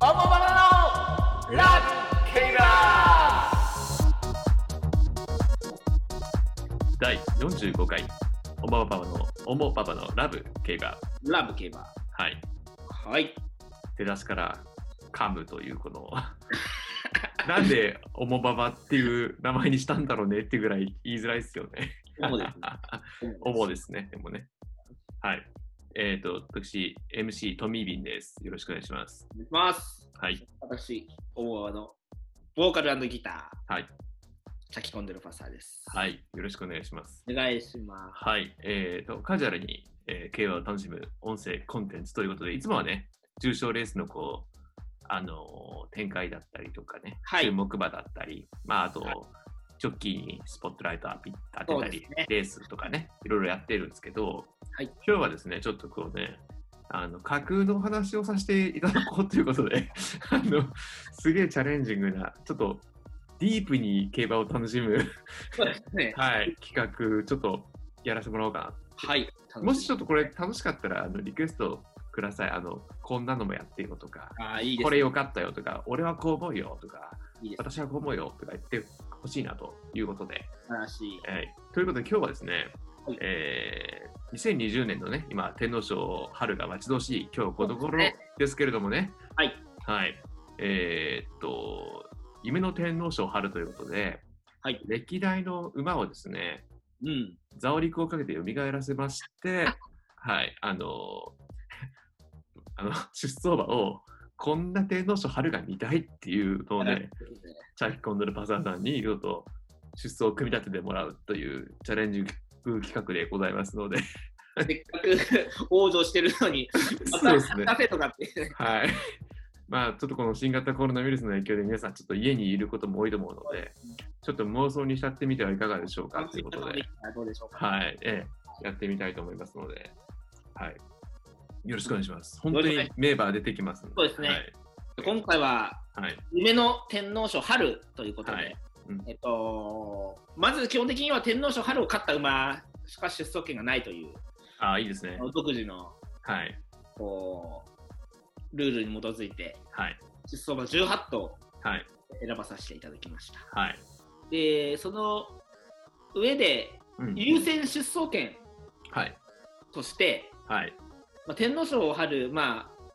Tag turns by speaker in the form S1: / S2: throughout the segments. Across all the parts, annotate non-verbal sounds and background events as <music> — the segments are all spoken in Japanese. S1: オモバナのラブケイラ
S2: 第45回、おもばばの、おもばばのラブ系が、
S1: ーラブケイバ
S2: はい、
S1: ーはい
S2: 出だしから噛むという、
S1: <laughs>
S2: この、なんでおもばばっていう名前にしたんだろうねってぐらい言いづらいですよね。
S1: オモですね
S2: <laughs> おもですね、でもね。はい。えっ、と、私、MC、トミービンです。よろしくお願いします。
S1: お願いします
S2: はい。
S1: 私オモバのボーカルギター
S2: はい。
S1: 炊き込んでるファサーです
S2: はい。よろしくお願いします。
S1: お願いします
S2: はい。えっ、と、カジュアルに、えー、競馬を楽しむ音声コンテンツということで、いつもはね、重賞レースのこう、あのー展開だったりとかね、
S1: はい
S2: 注目馬だったり、まあ、あと、
S1: はい
S2: ジョッキーにスポットライト当て当て
S1: そ
S2: たり、
S1: うですね
S2: レースとかね、いろいろやってるんですけど、
S1: はい
S2: 今日はですね、ちょっとこうね、あの架空のお話をさせていただこうということで、 <laughs> あのすげえチャレンジングな、ちょっとディープに競馬を楽しむ
S1: そうですね
S2: はい、企画、ちょっとやらせてもらおうか
S1: はい
S2: な。もしちょっとこれ楽しかったら、あのリクエストください。あの、こんなのもやってよとか、
S1: あーいいです
S2: こ
S1: ね
S2: れ良かったよとか、俺はこう思うよとか、
S1: いいですね
S2: 私はこう思うよとか言ってほしいなということで。
S1: 素晴らしい
S2: はい、ということで今日はですね、
S1: はい
S2: えー2020年のね、今、天皇賞春が待ち遠しい今日この頃ですけれどもね、
S1: はい。
S2: はい。えーっと、夢の天皇賞春ということで、
S1: はい
S2: 歴代の馬をですね、
S1: うん
S2: ザオリクをかけて蘇らせまして、はい、あのー <laughs> あの、出走馬を、こんな天皇賞春が見たいっていうのをね、チャキコンドルパサーさんに、ちょっと出走を組み立ててもらうというチャレンジ企画でございます <laughs> ので、
S1: せっかく往生してるの <laughs> に、
S2: そうですね
S1: カ。フェとかって、
S2: はい。まあ、ちょっとこの新型コロナウイルスの影響で皆さんちょっと家にいることも多いと思うので、ちょっと妄想に浸ってみてはいかがでしょうかということで。
S1: どうでしょうか。
S2: はい、ええ、やってみたいと思いますので、はい、よろしくお願いします。本当
S1: よろし
S2: にメンバー出てきますん
S1: そうですね今回は、
S2: はい、はい、
S1: 夢の天皇賞春ということで、
S2: はいうん
S1: えっと、まず基本的には天皇賞春を勝った馬しか出走権がないという、
S2: ああ、いいですね。
S1: 独自の
S2: はい、
S1: こうルールに基づいて、
S2: はい、
S1: 出走馬18頭を
S2: はい、
S1: 選ばさせていただきました。
S2: はい。
S1: で、その上で、
S2: うん
S1: 優先出走権
S2: はい、
S1: として、
S2: はい、
S1: まあ、天皇賞春、まあ、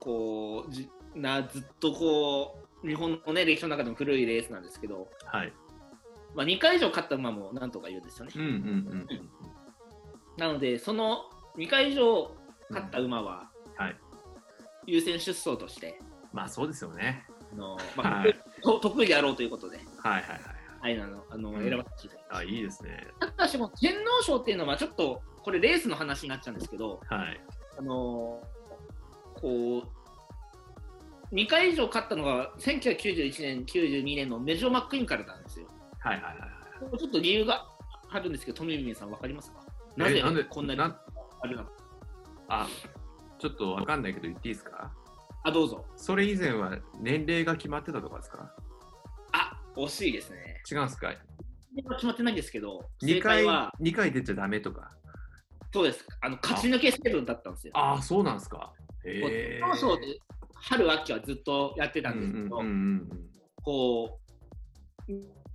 S1: こうじなずっとこう日本の、ね、歴史の中でも古いレースなんですけど、
S2: はい。
S1: まあ、2回以上勝った馬もなんとかいるんですよね
S2: うん、。うん、うんうん。
S1: なので、その2回以上勝った馬は、
S2: はい
S1: 優先出走として、
S2: まあ、そうですよね。
S1: あのまあ
S2: はい、
S1: と得意であろうということで、
S2: はい、はい、はい。
S1: はい、あのあの、
S2: うん
S1: 選ばせていただきま
S2: あ、いいですね。
S1: した。ただし、この天皇賞っていうのは、ちょっとこれ、レースの話になっちゃうんですけど、
S2: はい、
S1: あのこう2回以上勝ったのが1991年、92年のメジロ・マックイーンからなんですよ。
S2: はい、はい、はいはい。
S1: ちょっと理由があるんですけど、富美さん、わかりますかなぜ
S2: えなんで
S1: こんなに
S2: な
S1: あるのか
S2: あ、ちょっとわかんないけど言っていいですか
S1: あ、どうぞ。
S2: それ以前は年齢が決まってたとかですか
S1: あ、惜しいですね。
S2: 違うんですか
S1: 決まってないんですけど、正
S2: 二
S1: 解
S2: 回
S1: は、
S2: 二回出ちゃダメとか。
S1: そうです、あの勝ち抜け成分だったんですよ。
S2: ああ、そうなんですか。
S1: こう
S2: へえ。
S1: そうそうで春、秋はずっとやってたんですけど、
S2: うんうんうん
S1: こう、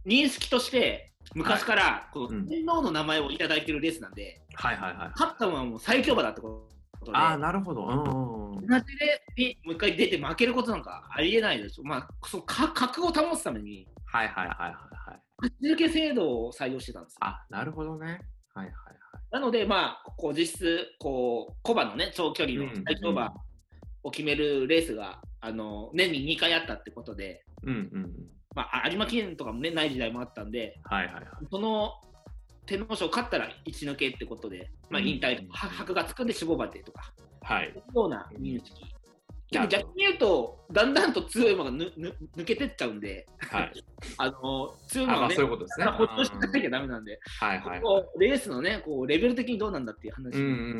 S1: 認識として、昔からこう、
S2: うん
S1: 天皇の名前をいただいてるレースなんで、
S2: はいはいはい。
S1: 勝ったのはもう最強馬だってことで、
S2: ああ、なるほど。うんうんう
S1: 同じ
S2: ん。
S1: レースにもう一回出て負けることなんかありえないでしょ。まあ、そのか格を保つために、
S2: はいはいはいはいはい。
S1: 勝ち抜け制度を採用してたんですよ。
S2: あ、なるほどね。はいはい
S1: なので、まあ、こう実質、こう、コバのね、長距離
S2: は
S1: の
S2: い。うん
S1: 最強馬を決めるレースが、あの、年に2回あったってことで、
S2: うんうんうん。
S1: まあ、有馬記念とかもね、ない時代もあったんで、
S2: はいはいはい。
S1: その天皇賞勝ったら一抜けってことで、まあ、
S2: うん
S1: 引退とか、は箔がつくんで死亡馬でとか、
S2: はい。
S1: ような認識。で
S2: な
S1: も
S2: るほど
S1: 逆に言うと、だんだんと強い馬がぬぬ抜けてっちゃうんで、
S2: はい。
S1: あの強い
S2: あ、
S1: 馬
S2: ま
S1: が
S2: あ
S1: ね、
S2: そういうことですね。
S1: ほっとしてなき
S2: う
S1: ゃ
S2: ん
S1: ダメなんで、
S2: はいはいはい。
S1: こうレースのね、こうレベル的にどうなんだっていう話、
S2: うんうんうんう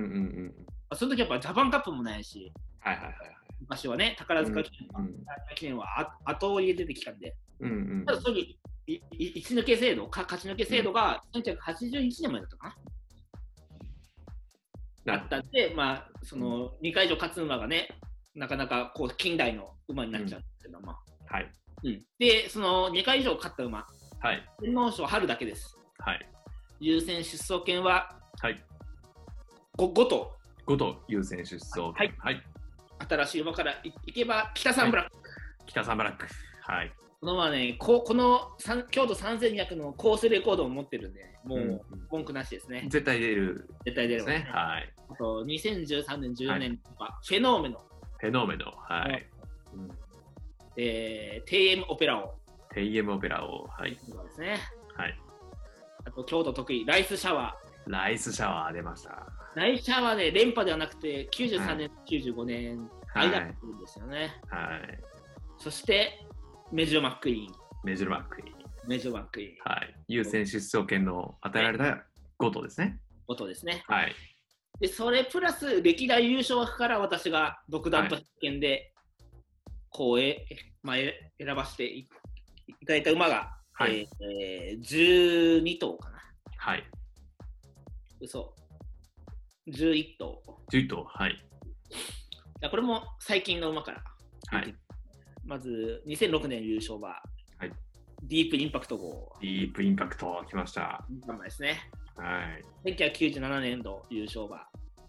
S2: ん。
S1: その時やっぱジャパンカップもないし、
S2: はいはいはい
S1: 昔はね、宝
S2: は
S1: 塚
S2: い
S1: 記。
S2: う
S1: 念,、
S2: ん
S1: 記念はあ後追いで出てきたんで、
S2: うんうん
S1: ただそういういい一抜け制度か、勝ち抜け制度が1981年までだったかな、
S2: な
S1: あったんで、まあ、その2回以上勝つ馬がね、なかなかこう近代の馬になっちゃうんですけど、まあ
S2: はい。
S1: うん、で、その2回以上勝った馬、
S2: はい。
S1: 天皇賞春だけです。
S2: はい。
S1: 優先出走権は
S2: はい。
S1: 5, 5と
S2: 5と優先出走権。
S1: はい
S2: はい。
S1: 新しい馬からいいけば北三ブラック、
S2: 北サンブラック。はい。
S1: この馬はねこうこの三京都3200のコースレコードを持ってるんでもう、
S2: うん
S1: 文句なしですね
S2: 絶対出る
S1: 絶対出
S2: で
S1: れ
S2: す
S1: ばね
S2: ね。はい。
S1: あと2013年14年の馬、フェノーメの、
S2: フェノーメノ。はい。
S1: えー、TM オペラ王
S2: テイエムオペラを。はい。
S1: ですね
S2: はい。
S1: あと京都得意ライスシャワー
S2: ライスシャワー出ました。
S1: ライスシャワーで、連覇ではなくて
S2: は
S1: 93
S2: い
S1: 年、95年
S2: はい。
S1: 間っていうんですよね、
S2: はい。
S1: そしてメジロマックイーン
S2: メジルマックイーン。
S1: メジロマックイーン
S2: はい。優先出走権の与えられた5とですね。
S1: ことですね
S2: はい。
S1: でそれプラス歴代優勝枠から私が独断と偏見で、こうえ、まあ、え選ばせていいただいた馬が、
S2: はい
S1: えーえー12頭かな
S2: はい。
S1: 嘘11頭
S2: 10と。はい。
S1: あこれも最近の馬から、
S2: はい。
S1: まず2006年優勝馬、
S2: い
S1: ディープインパクト号
S2: ディープインパクト来ました。
S1: 名前ですね
S2: はい。
S1: 1997年度優勝馬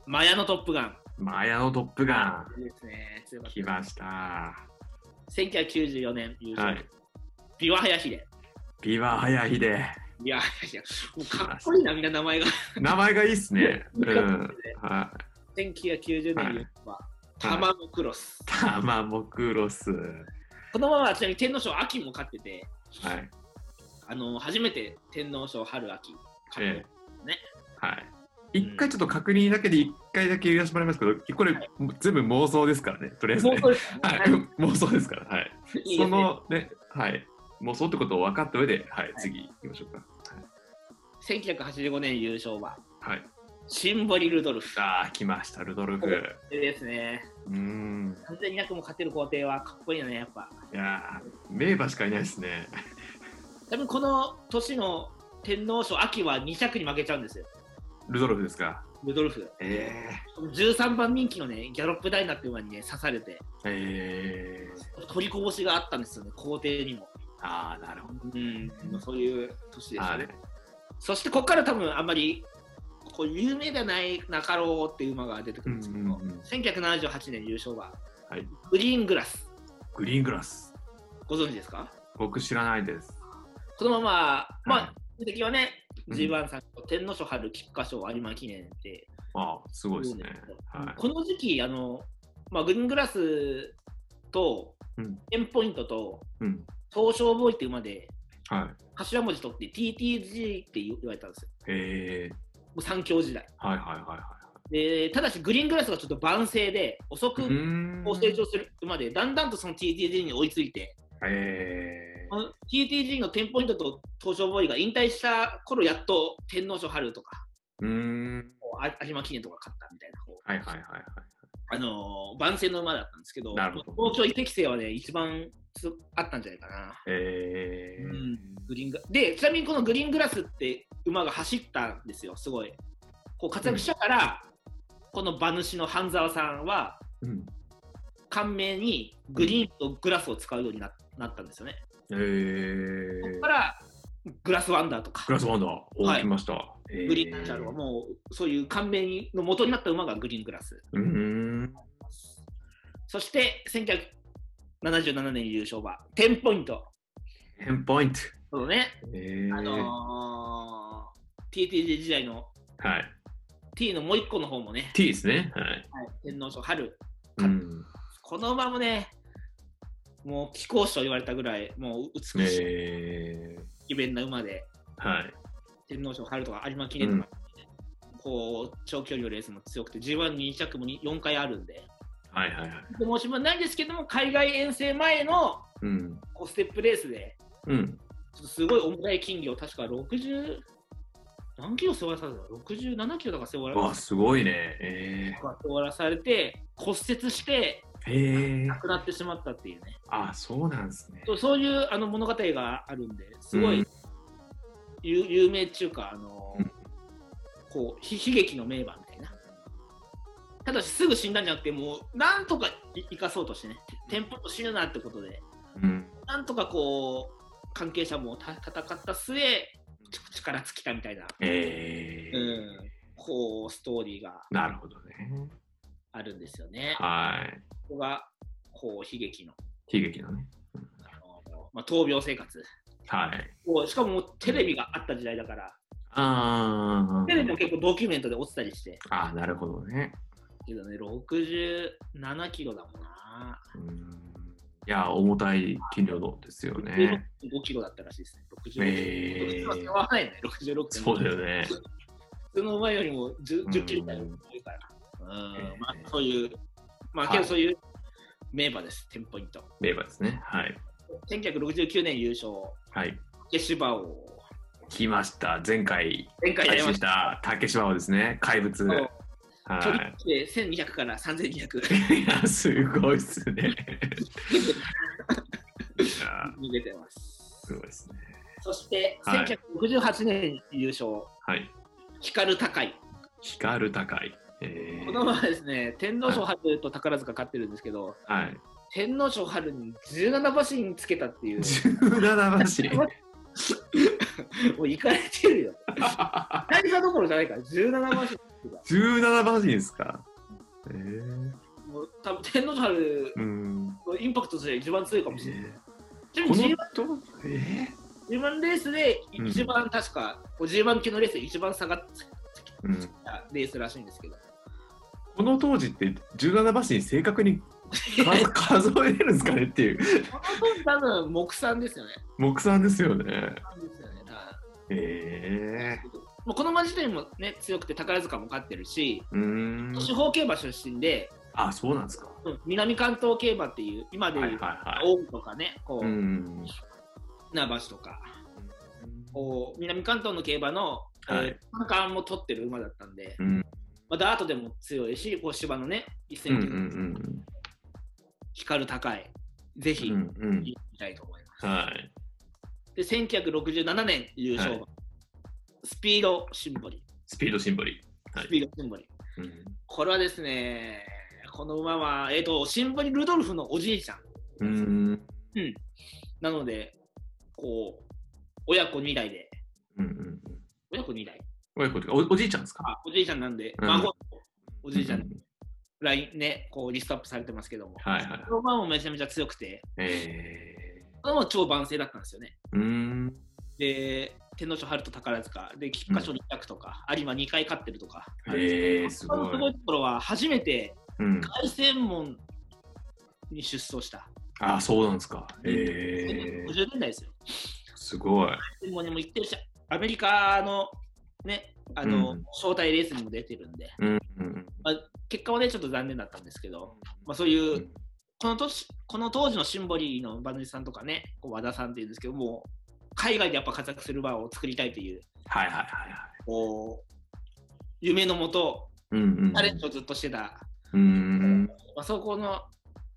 S1: マヤのトップガン
S2: マヤのトップガ
S1: いいですね強か
S2: ン
S1: っ
S2: 来ました。
S1: た1994年優
S2: は
S1: 勝、
S2: い。
S1: ビワハヤヒデ
S2: ビワ早いで。
S1: いやいやいや、もうかっこいいな、みんな名前が。
S2: 名前がいいっすね。 <laughs> う
S1: いい感
S2: ん。はい。
S1: 1990年には、タマモクロス。
S2: タマモクロス。は
S1: このままちなみに天皇賞秋も勝ってて、
S2: い。
S1: あの初めて天皇賞春秋勝って
S2: え
S1: る、
S2: え。はい。一回ちょっと確認だけで一回だけ言わせてもらいますけど、これ全部妄想ですからね、とりあえず
S1: もう
S2: ね。
S1: <laughs> そうですね
S2: はい、 <laughs>
S1: は
S2: 妄想ですから、はい。
S1: いいいで
S2: そ
S1: すね。
S2: のね、はい、妄想ってことを分かった上で、はい、
S1: い
S2: 次行きましょうか。
S1: 1985年優勝は、
S2: はい。
S1: シンボリ・ルドルフ。
S2: ああ、来ました、ルドルフ。う
S1: でですね、
S2: ーん。
S1: 3200も勝てる皇帝はかっこいいよね、やっぱ。
S2: いやー、名馬しかいないですね。
S1: 多分この年の天皇賞秋は2着に負けちゃうんですよ、
S2: ルドルフですか。
S1: ルドルフ。
S2: え
S1: 13番人気のね、ギャロップダイナっていう馬にね、刺されて。
S2: ー、えー。
S1: 取りこぼしがあったんですよね、皇帝にも。
S2: ああ、なるほど。
S1: うん、そういう年です
S2: あ
S1: よ
S2: れ
S1: ね。そしてここから多分あんまりこう有名ではない中郎っていう馬が出てくるんですけど、
S2: うんうんうん
S1: 1978年優勝馬、
S2: はい
S1: グリーングラス、
S2: グリーングラス。
S1: ご存知ですか
S2: 僕知らないです。
S1: このまま、ま
S2: は
S1: あ、成績はね、
S2: うん
S1: G1 さんと天皇賞春菊花賞有馬記念って、
S2: ああ、すごいですね。はい。
S1: この時期、あのまあ、グリーングラスと
S2: うん、
S1: エンポイントと、
S2: うん。
S1: 東証ボーイっていう馬で、
S2: はい。
S1: 頭文字取って TTG って言われたんですよ
S2: え
S1: もう三強時代
S2: ー、はいはいはい
S1: でただしグリーングラスがちょっと晩成で遅く
S2: はい。うーん
S1: こう成長するまでだんだんとその TTG に追いついて
S2: え
S1: この TTG の10ポイントと東証ボーイが引退した頃やっと天皇賞春とか
S2: ー。うーん。
S1: こうあ有馬記念とか勝ったみたいなこう
S2: はいはいはいはい。
S1: あのー晩成の馬だったんですけど
S2: なるほど
S1: 東京移籍生はね一番つあったんじゃないかな
S2: えー
S1: うんグリーングでちなみにこのグリーングラスって馬が走ったんですよすごいこう活躍したから、この馬主の半沢さんは
S2: うん
S1: 感銘にグリーンとグラスを使うようにななったんですよね。
S2: え
S1: そこ
S2: ー
S1: か、らグラスワンダーとか
S2: グラスワンダー、お
S1: はい
S2: 来ました。え
S1: グリーンチャルはもうそういう感銘にの元になった馬がグリーングラス。
S2: うーん、
S1: そして1977年優勝馬10ポイント。
S2: テンポイント。
S1: そのね、
S2: えー、
S1: あのー、TTG 時代の
S2: はい。
S1: T のもう一個の方もね、
S2: T ですね。はい。
S1: はい天皇賞春。
S2: うん、
S1: この馬もね、もう貴公子と言われたぐらい、もう美しい
S2: え
S1: イベンな馬で、
S2: ー、はい。
S1: 天皇賞春とか有馬記念とか、こう長距離のレースも強くて G12 着もに4回あるんで
S2: はいはいはい。
S1: で申し分ないんですけども海外遠征前の
S2: うん。
S1: こうステップレースで
S2: うん。
S1: ちょっとすごい重たい金魚を確か60何キロ背負わされたの67キロとか背負わ
S2: わ、
S1: さ
S2: すごいね。え
S1: れ背負わされて骨折して
S2: ー、えー
S1: 亡、くなってしまったっていうね
S2: あ、そうなんですね。
S1: そうそういうあの物語があるんですごい、
S2: うん
S1: 有有名っていうかあのー
S2: うん
S1: こうひ悲劇の名馬みたいなただしすぐ死んだんじゃなくて、もうなんとかい生かそうとしてね、テンポと死ぬなってことで、
S2: うん。
S1: なんとかこう、関係者もた戦った末、ち力尽きたみたいな、
S2: え
S1: う
S2: ー、
S1: ん、こう、ストーリーが
S2: なるほどね。
S1: あるんですよね。
S2: はい。
S1: ここが、こう、悲劇の、
S2: 悲劇のね。
S1: あのまあ、闘病生活。
S2: はい。
S1: こうしかももうテレビがあった時代だから、
S2: あ
S1: テレビも
S2: ー
S1: 結構ドキュメントで落ちたりして、
S2: あー、なるほどね。
S1: けどね、67キロだもんな。
S2: うんいや、重たい筋量のですよね。
S1: 5キロだったらしいですね。66
S2: えー
S1: キロ。合わないね、66キ
S2: そうだよね。
S1: 普通の前よりも 10, 10キロぐらい多いから。うん、まあそういう、まあ、けどそういう名馬です、テンポイント。
S2: 名馬ですね。はい。
S1: 1969年優勝、
S2: はい。
S1: 竹芝を
S2: 来ました。前回
S1: 前回や
S2: 配
S1: りま
S2: 信
S1: し。
S2: したた竹島はですね、怪物。
S1: そ
S2: は
S1: う距離で1200から3200
S2: い。いや、すごいっすね。いや
S1: に出てます。
S2: すごいですね。
S1: そして、
S2: はい
S1: 1968年優勝、
S2: はい。
S1: 光高い。
S2: 光る高い。え
S1: この
S2: ー、
S1: ままですね、天皇賞春と宝塚勝ってるんですけど、
S2: はい。
S1: 天皇賞春に17馬身つけたって
S2: <laughs>
S1: いう、
S2: 17馬身。
S1: もういかれてるよ。何がどころじゃないから、17馬身。
S2: 17馬身ですか。えー、
S1: もう多分天皇賞春
S2: うん。
S1: のインパクトとしては一番強いかもしれない。
S2: え
S1: ちな
S2: ー
S1: み
S2: この
S1: に
S2: と、え
S1: G1 レースで一番、確か、G1 級のレースで一番下がって
S2: ーうん、
S1: たレースらしいんですけど、
S2: この当時って17馬身正確に数数えれるんですかねっていう
S1: この分多分、目算ですよね。
S2: 目算ですよね。
S1: 算ですよね多分
S2: え
S1: もうこの馬自体もね強くて宝塚も勝ってるし、
S2: ー、うーん
S1: 地方競馬出身で、
S2: あそうなんですか。
S1: うん南関東競馬っていう今で
S2: はい
S1: い
S2: はいうはい。
S1: 大江とかね、こう
S2: うん
S1: 船橋とかこう南関東の競馬の
S2: はい
S1: えー三冠、も取ってる馬だったんで、
S2: うん
S1: まあ、ダートでも強いしこう芝のね一
S2: うんう
S1: 戦、
S2: ん
S1: 光る高いぜ
S2: うん
S1: ひ
S2: うんうん
S1: 見たいと思います、
S2: はい
S1: で1967年優勝、
S2: はい
S1: スピードシンボリ
S2: スピードシンボリは
S1: ス
S2: い
S1: ピードシンボリ、これはですねこの馬は、えー、とシンボリルドルフのおじいちゃん
S2: うんうん
S1: なので、こう、親子2代で、
S2: うんうん
S1: 親子2代
S2: 親子とかおおじいちゃんですか。
S1: あおじいちゃんなんで、
S2: うん
S1: 孫とおじいちゃ、
S2: うんん
S1: ラインね、こうリストアップされてますけども、
S2: はいはい
S1: こ。の馬もめちゃめちゃ強くて、
S2: え
S1: この馬も超万世だったんですよね。
S2: ー、うーん
S1: で、天皇賞春と宝塚、で、菊花賞2着とか、有馬2回勝ってるとか、
S2: えー、す
S1: この
S2: ご
S1: すご
S2: い
S1: い。ところは、初めて
S2: うん、
S1: 凱旋門に出走した、
S2: あそうなんですか。えー、
S1: 1950年代ですよ。
S2: すごい。
S1: 凱旋門にも行ってるし、アメリカのね、あの、
S2: うん
S1: 招待レースにも出てるんで、
S2: うんうん
S1: 結果はね、ちょっと残念だったんですけど、まあ、そういう、
S2: うん
S1: この年この当時のシンボリの馬主さんとかね、こう和田さんっていうんですけど、もう海外でやっぱ活躍する場を作りたいという、
S2: はいはいはいはい。
S1: こう夢のもと、
S2: うんうん
S1: チャレンジをずっとしてた、
S2: うん
S1: まあ、そこの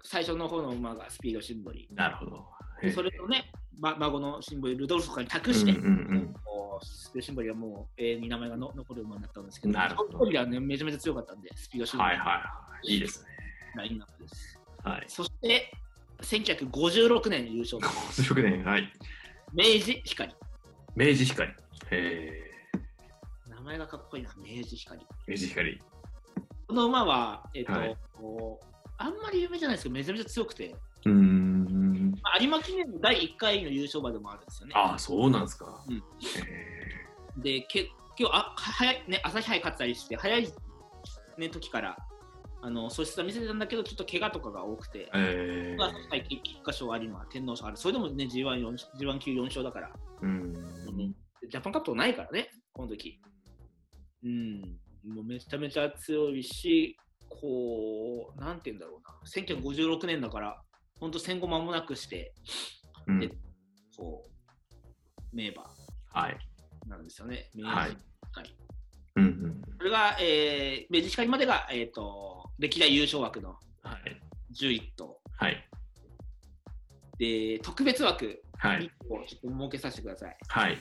S1: 最初の方の馬がスピードシンボリ、
S2: なるほど。
S1: でそれとね、ま、孫のシンボリ、ルドルフとかに託して、
S2: うんうん
S1: こうスピードシンボリはもう永遠に名前がの残る馬になったんですけど、
S2: なるほど
S1: その時はね、めちゃめちゃ強かったんで、スピードシ
S2: う
S1: ン
S2: ん。
S1: ボ
S2: は
S1: リ
S2: いはい
S1: の
S2: はい。いいですね。
S1: ラインナップです。
S2: はい。
S1: そして、1956年優勝、
S2: 56年、はい。
S1: 明治光。
S2: 明治光。え
S1: 名前がかっこいいな、明治光。
S2: ー、明治光。
S1: この馬は、えっと
S2: はい
S1: こうあんまり有名じゃないですけど、めちゃめちゃ強くて、
S2: うーん。
S1: まあ、有馬記念の第1回の優勝馬でもあるんですよね。
S2: ああ、そうなんですか。
S1: うん
S2: え
S1: で、結局あ早い、ね、朝日杯勝ったりして、早い、ね、時からあの素質は見せてたんだけど、ちょっと怪我とかが多くて
S2: ー、。え
S1: 朝日杯
S2: ー、
S1: 菊花賞、有馬、天皇賞ある、それでもね、G1, 四 G1 級4勝だから、
S2: うん。
S1: ジャパンカップないからね、この時うん、もうめちゃめちゃ強いし、こう、なんて言うんだろうな、1956年だから、本当戦後間もなくして、
S2: うん
S1: こう、名馬
S2: はい。
S1: なんですよね。明治は
S2: はい。
S1: い
S2: うんうん。
S1: それが、えー、明治光までが、えっ、と、歴代優勝枠の
S2: はい。
S1: 11頭。
S2: はい。
S1: で、特別枠
S2: はい
S1: 1。頭をちょっと設けさせてください。
S2: はい。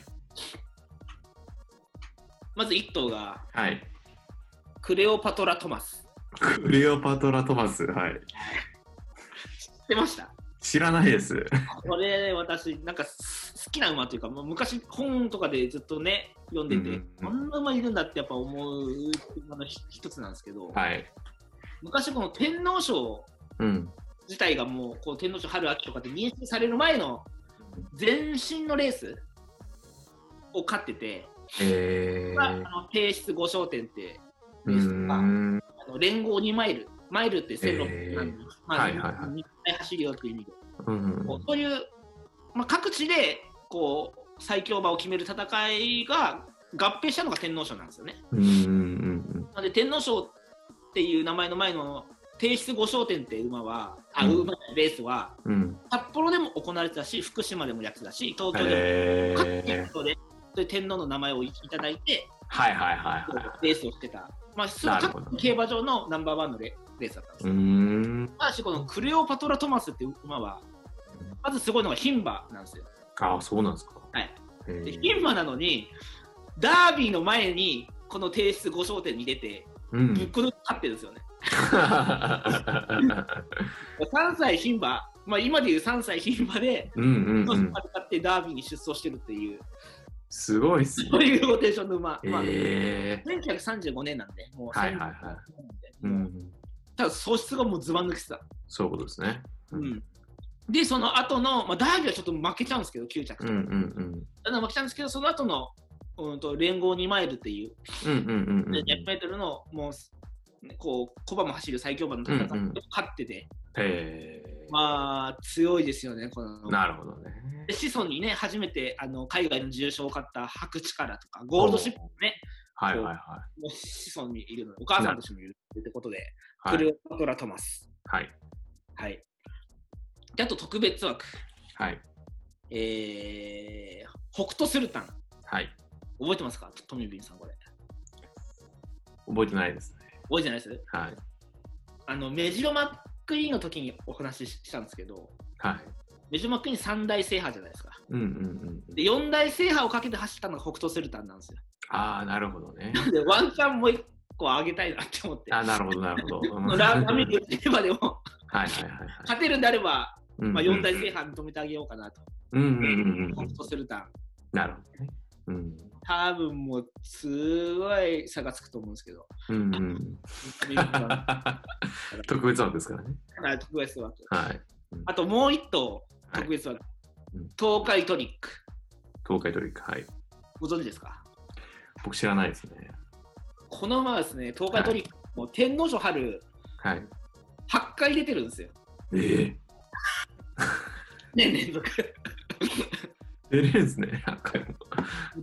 S1: まず1頭が、
S2: はい。
S1: クレオパトラ・トマス。
S2: クレオパトラ・トマス、はい。
S1: 知ってました
S2: 知らないです。
S1: これ私なんかす好きな馬というかまあ昔本とかでずっとね読んで
S2: うんう
S1: て、
S2: んうん
S1: こんな馬いるんだってやっぱ思う馬のひ一つなんですけど、
S2: はい。
S1: 昔この天皇賞
S2: うん。
S1: 自体がもうこう天皇賞春秋とかって認識される前の前身のレースを勝ってて、
S2: え
S1: まああ
S2: ー。
S1: の提出5焦点って
S2: うーん。
S1: あの連合2マイルマイルって1600なんで、まあ
S2: はいはいはい
S1: いっぱい走るよっていう意味で、
S2: うん
S1: こうそういう、まあ、各地でこう最強馬を決める戦いが合併したのが天皇賞なんですよね。
S2: うんうん
S1: なので天皇賞っていう名前の前の提出5焦点って馬はあ
S2: うん
S1: 馬レースは
S2: うんうん。
S1: 札幌でも行われてたし福島でもやってたし東京で
S2: え
S1: も勝っていう
S2: ー。
S1: ことで、そういう天皇の名前をいただいて
S2: はいはいはいはい。
S1: レースをしてた、まあ、普通
S2: なる
S1: の
S2: ほど
S1: 各競馬場のナンバーワンのレレースだったんです
S2: うー
S1: よ。
S2: ん。
S1: ただしこのクレオパトラ・トマスっていう馬はまずすごいのが牝馬なんですよ。
S2: ああ、そうなんですか。
S1: はい
S2: へー。
S1: で牝馬なのにダービーの前にこの提出5焦点に出て
S2: う
S1: ぶっ
S2: ん。
S1: こ抜き勝ってるんですよね。3歳牝馬、まあ、今でいう3歳牝馬で
S2: うんうん
S1: こ
S2: う
S1: の
S2: ん
S1: 馬。使ってダービーに出走してるっていう、
S2: すごいっす
S1: そう
S2: ね。
S1: いうローテーションの馬、まあ、
S2: え
S1: 1935年なんで、もう、
S2: はいはいはい
S1: 1935
S2: ー。う
S1: 年なんで、
S2: ん。
S1: ただ、喪失がもうずば抜けてた。
S2: そういうことですね。
S1: う
S2: うん
S1: ん、で、その後の、まあ、ダービーはちょっと負けちゃうんですけど、9着と
S2: う。んうんうん。
S1: ただ負けちゃうんですけど、その後の、うんと、連合2マイルっていう、
S2: うんうんうんうん。
S1: 100メートルの、もう、ねこう、小馬も走る最強馬の戦いを
S2: うんうん
S1: 勝ってて、
S2: へえ。
S1: まあ、強いですよね、この。
S2: なるほどね。
S1: で子孫にね、初めてあの海外の重賞を買った白力とか、ゴールドシップもね、
S2: はいはいはい。
S1: もう子孫にいるので、お母さんとしてもいるってことで、
S2: は
S1: クレ
S2: い。
S1: オパトラ・トマス。
S2: はい。
S1: はい。で、あと特別枠、
S2: はい。
S1: えー、北斗スルタン。
S2: はい。
S1: 覚えてますかトミー・ビンさん、これ。
S2: 覚えてないですね。
S1: 覚えてないです
S2: はい。
S1: あの、メジロ・マックイーンの時にお話ししたんですけど、
S2: はい。
S1: メジロ・マックイーン3大制覇じゃないですか。
S2: うんうんうん。
S1: で、4大制覇をかけて走ったのが北斗スルタンなんですよ。 <laughs>
S2: ああ、なるほどね。
S1: で、ワンチャンもう一個上げたいなって思って。
S2: ああ、なるほどなる
S1: <laughs>
S2: ほど。うん
S1: ラ
S2: はい
S1: ー
S2: は
S1: メ
S2: い
S1: ンで競馬でも
S2: はいはい。
S1: 勝てるんであれば、 <laughs> まあ、
S2: うんうん
S1: 4大制覇認めてあげようかなと。
S2: うんうんうんう
S1: ホ
S2: ん
S1: ッ。トスルタン。
S2: なるほどね。うん。
S1: 多分もう、すごい差がつくと思うんですけど。
S2: うん
S1: <laughs>
S2: うん。特別枠ですからね。
S1: あ特別枠。
S2: はい。
S1: あともう一頭、
S2: はい
S1: 特別枠。
S2: うん
S1: 東海トリック。
S2: 東海トリック。はい。
S1: ご存知ですか
S2: 僕知らないですね。
S1: この馬はですね、東海トリック、もう天皇賞春、
S2: はい。
S1: 8回出てるんですよ。
S2: ええ。
S1: 年連
S2: <laughs>
S1: 続。
S2: 出れるんですね。なんか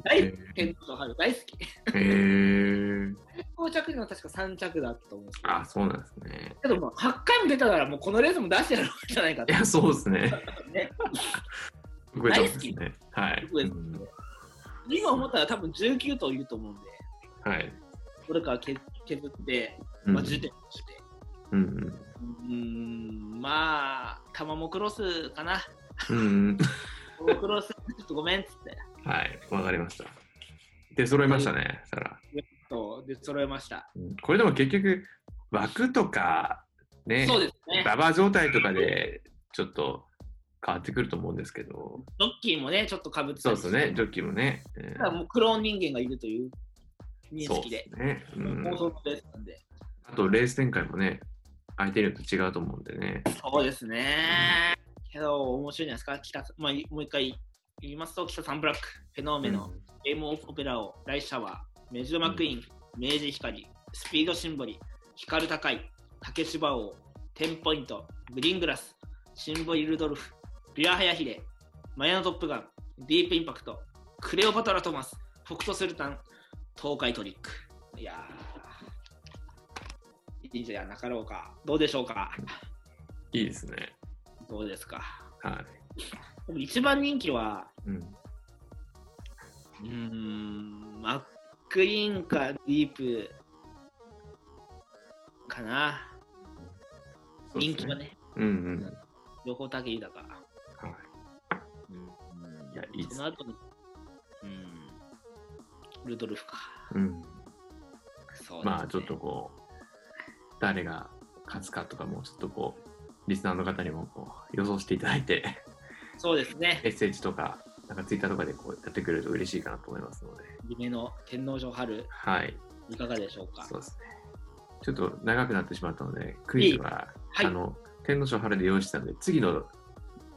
S1: 大好き、
S2: え
S1: 天皇賞春、大好き。
S2: ー。
S1: 膠着時の確か3着だったと思うんですけど。
S2: ああ、そうなんですね。
S1: けどもう8回も出たなら、もうこのレースも出してやろうじゃないか
S2: い
S1: と。
S2: や、そうですね。
S1: <laughs> ね
S2: 特別枠ですね。はい。
S1: 特別
S2: うん
S1: 今思ったら多分19頭いると思うんで、
S2: はい。
S1: どれか削削って、
S2: うん
S1: まあ、10点として、
S2: うんうん
S1: うーん、まあ、玉もクロスかな、
S2: うん
S1: 玉もクロス、ちょっとごめんっつって、
S2: うん。 <laughs> はい。わかりました。で、揃いましたね、サラ。
S1: そうで揃えました。
S2: うんこれでも結局、枠とか、ね、
S1: そうですね、
S2: ババア状態とかで、ちょっと変わってくると思うんですけど、
S1: ロッキーもね、ちょっとかぶって
S2: そ
S1: た
S2: う
S1: り
S2: で
S1: して
S2: すね、ジョッキーもね。うん
S1: ただもうクローン人間がいるという認
S2: そう
S1: 識
S2: で
S1: で、
S2: すね。うん
S1: 妄想のレースなんで、
S2: あと、レース展開もね、相手によって違うと思うんでね。
S1: そうですね、けど、面白いんじゃないですか、北さんまあ、いもう一回言いますと、北サンブラック、フェノーメの、ゲームオブオペラを、ライシャワー、メジロマクイーン、明治光、スピードシンボリ、光高い、竹芝王、テンポイント、グリーングラス、シンボリルドルフ、ビュアハヤヒレ、マヤノトップガン、ディープインパクト、クレオパトラトマス、北斗スルタン、東海トリック。いやー、いいんじゃなかろうか。どうでしょうか
S2: いいですね。
S1: どうですか
S2: はい。
S1: でも一番人気は、
S2: うん、
S1: うーん、マックイーンかディープかな、
S2: そうです
S1: 人気が。ね、
S2: うんうん。
S1: 横竹豊か。
S2: はい
S1: うん
S2: いやいいっす
S1: その後に、うん、ルドルフか。
S2: うん
S1: そうですね
S2: まあちょっとこう誰が勝つかとかもちょっとこうリスナーの方にもこう予想していただいて <laughs>
S1: そうですね。
S2: メッセージとかなんかツイッターとかでこうやってくれると嬉しいかなと思いますので
S1: 夢の天皇城春、
S2: はい
S1: いかがでしょうか。
S2: そうですねちょっと長くなってしまったのでクイズは、
S1: いはい
S2: あの天皇賞春で用意してたので次の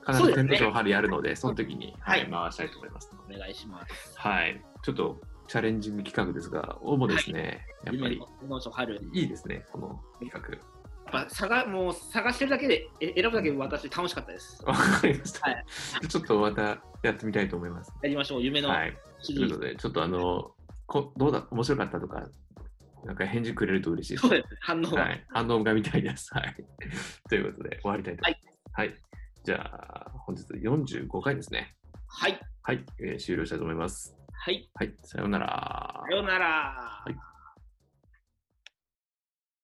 S2: 必
S1: そうで
S2: ず
S1: す
S2: 天
S1: ね
S2: 皇賞春やるのでその時に、
S1: は
S2: はいい、回したいと思います
S1: お願いします。
S2: はいちょっとチャレンジング企画ですが応募ですね、やっぱ
S1: 夢
S2: り
S1: の天皇賞春。
S2: いいですねこの企画
S1: やっぱ探もう探してるだけでえ選ぶだけで私楽しかったです。
S2: わかりました。
S1: はい
S2: ちょっとまたやってみたいと思います。
S1: やりましょう、夢の
S2: はい。
S1: シ
S2: と
S1: リー
S2: いう
S1: ズ。
S2: ことで、ちょっとあの、こどうだ、面白かったとか、なんか返事くれると嬉しいです。
S1: そうです、反応は。
S2: はい。反応が見たいです。はい。 <laughs> ということで、終わりたいと思います。はい。じゃあ、本日45回ですね。
S1: はい、
S2: はい、えー終了したいと思います。
S1: はい、
S2: はい。さようなら。
S1: さようなら。
S2: はい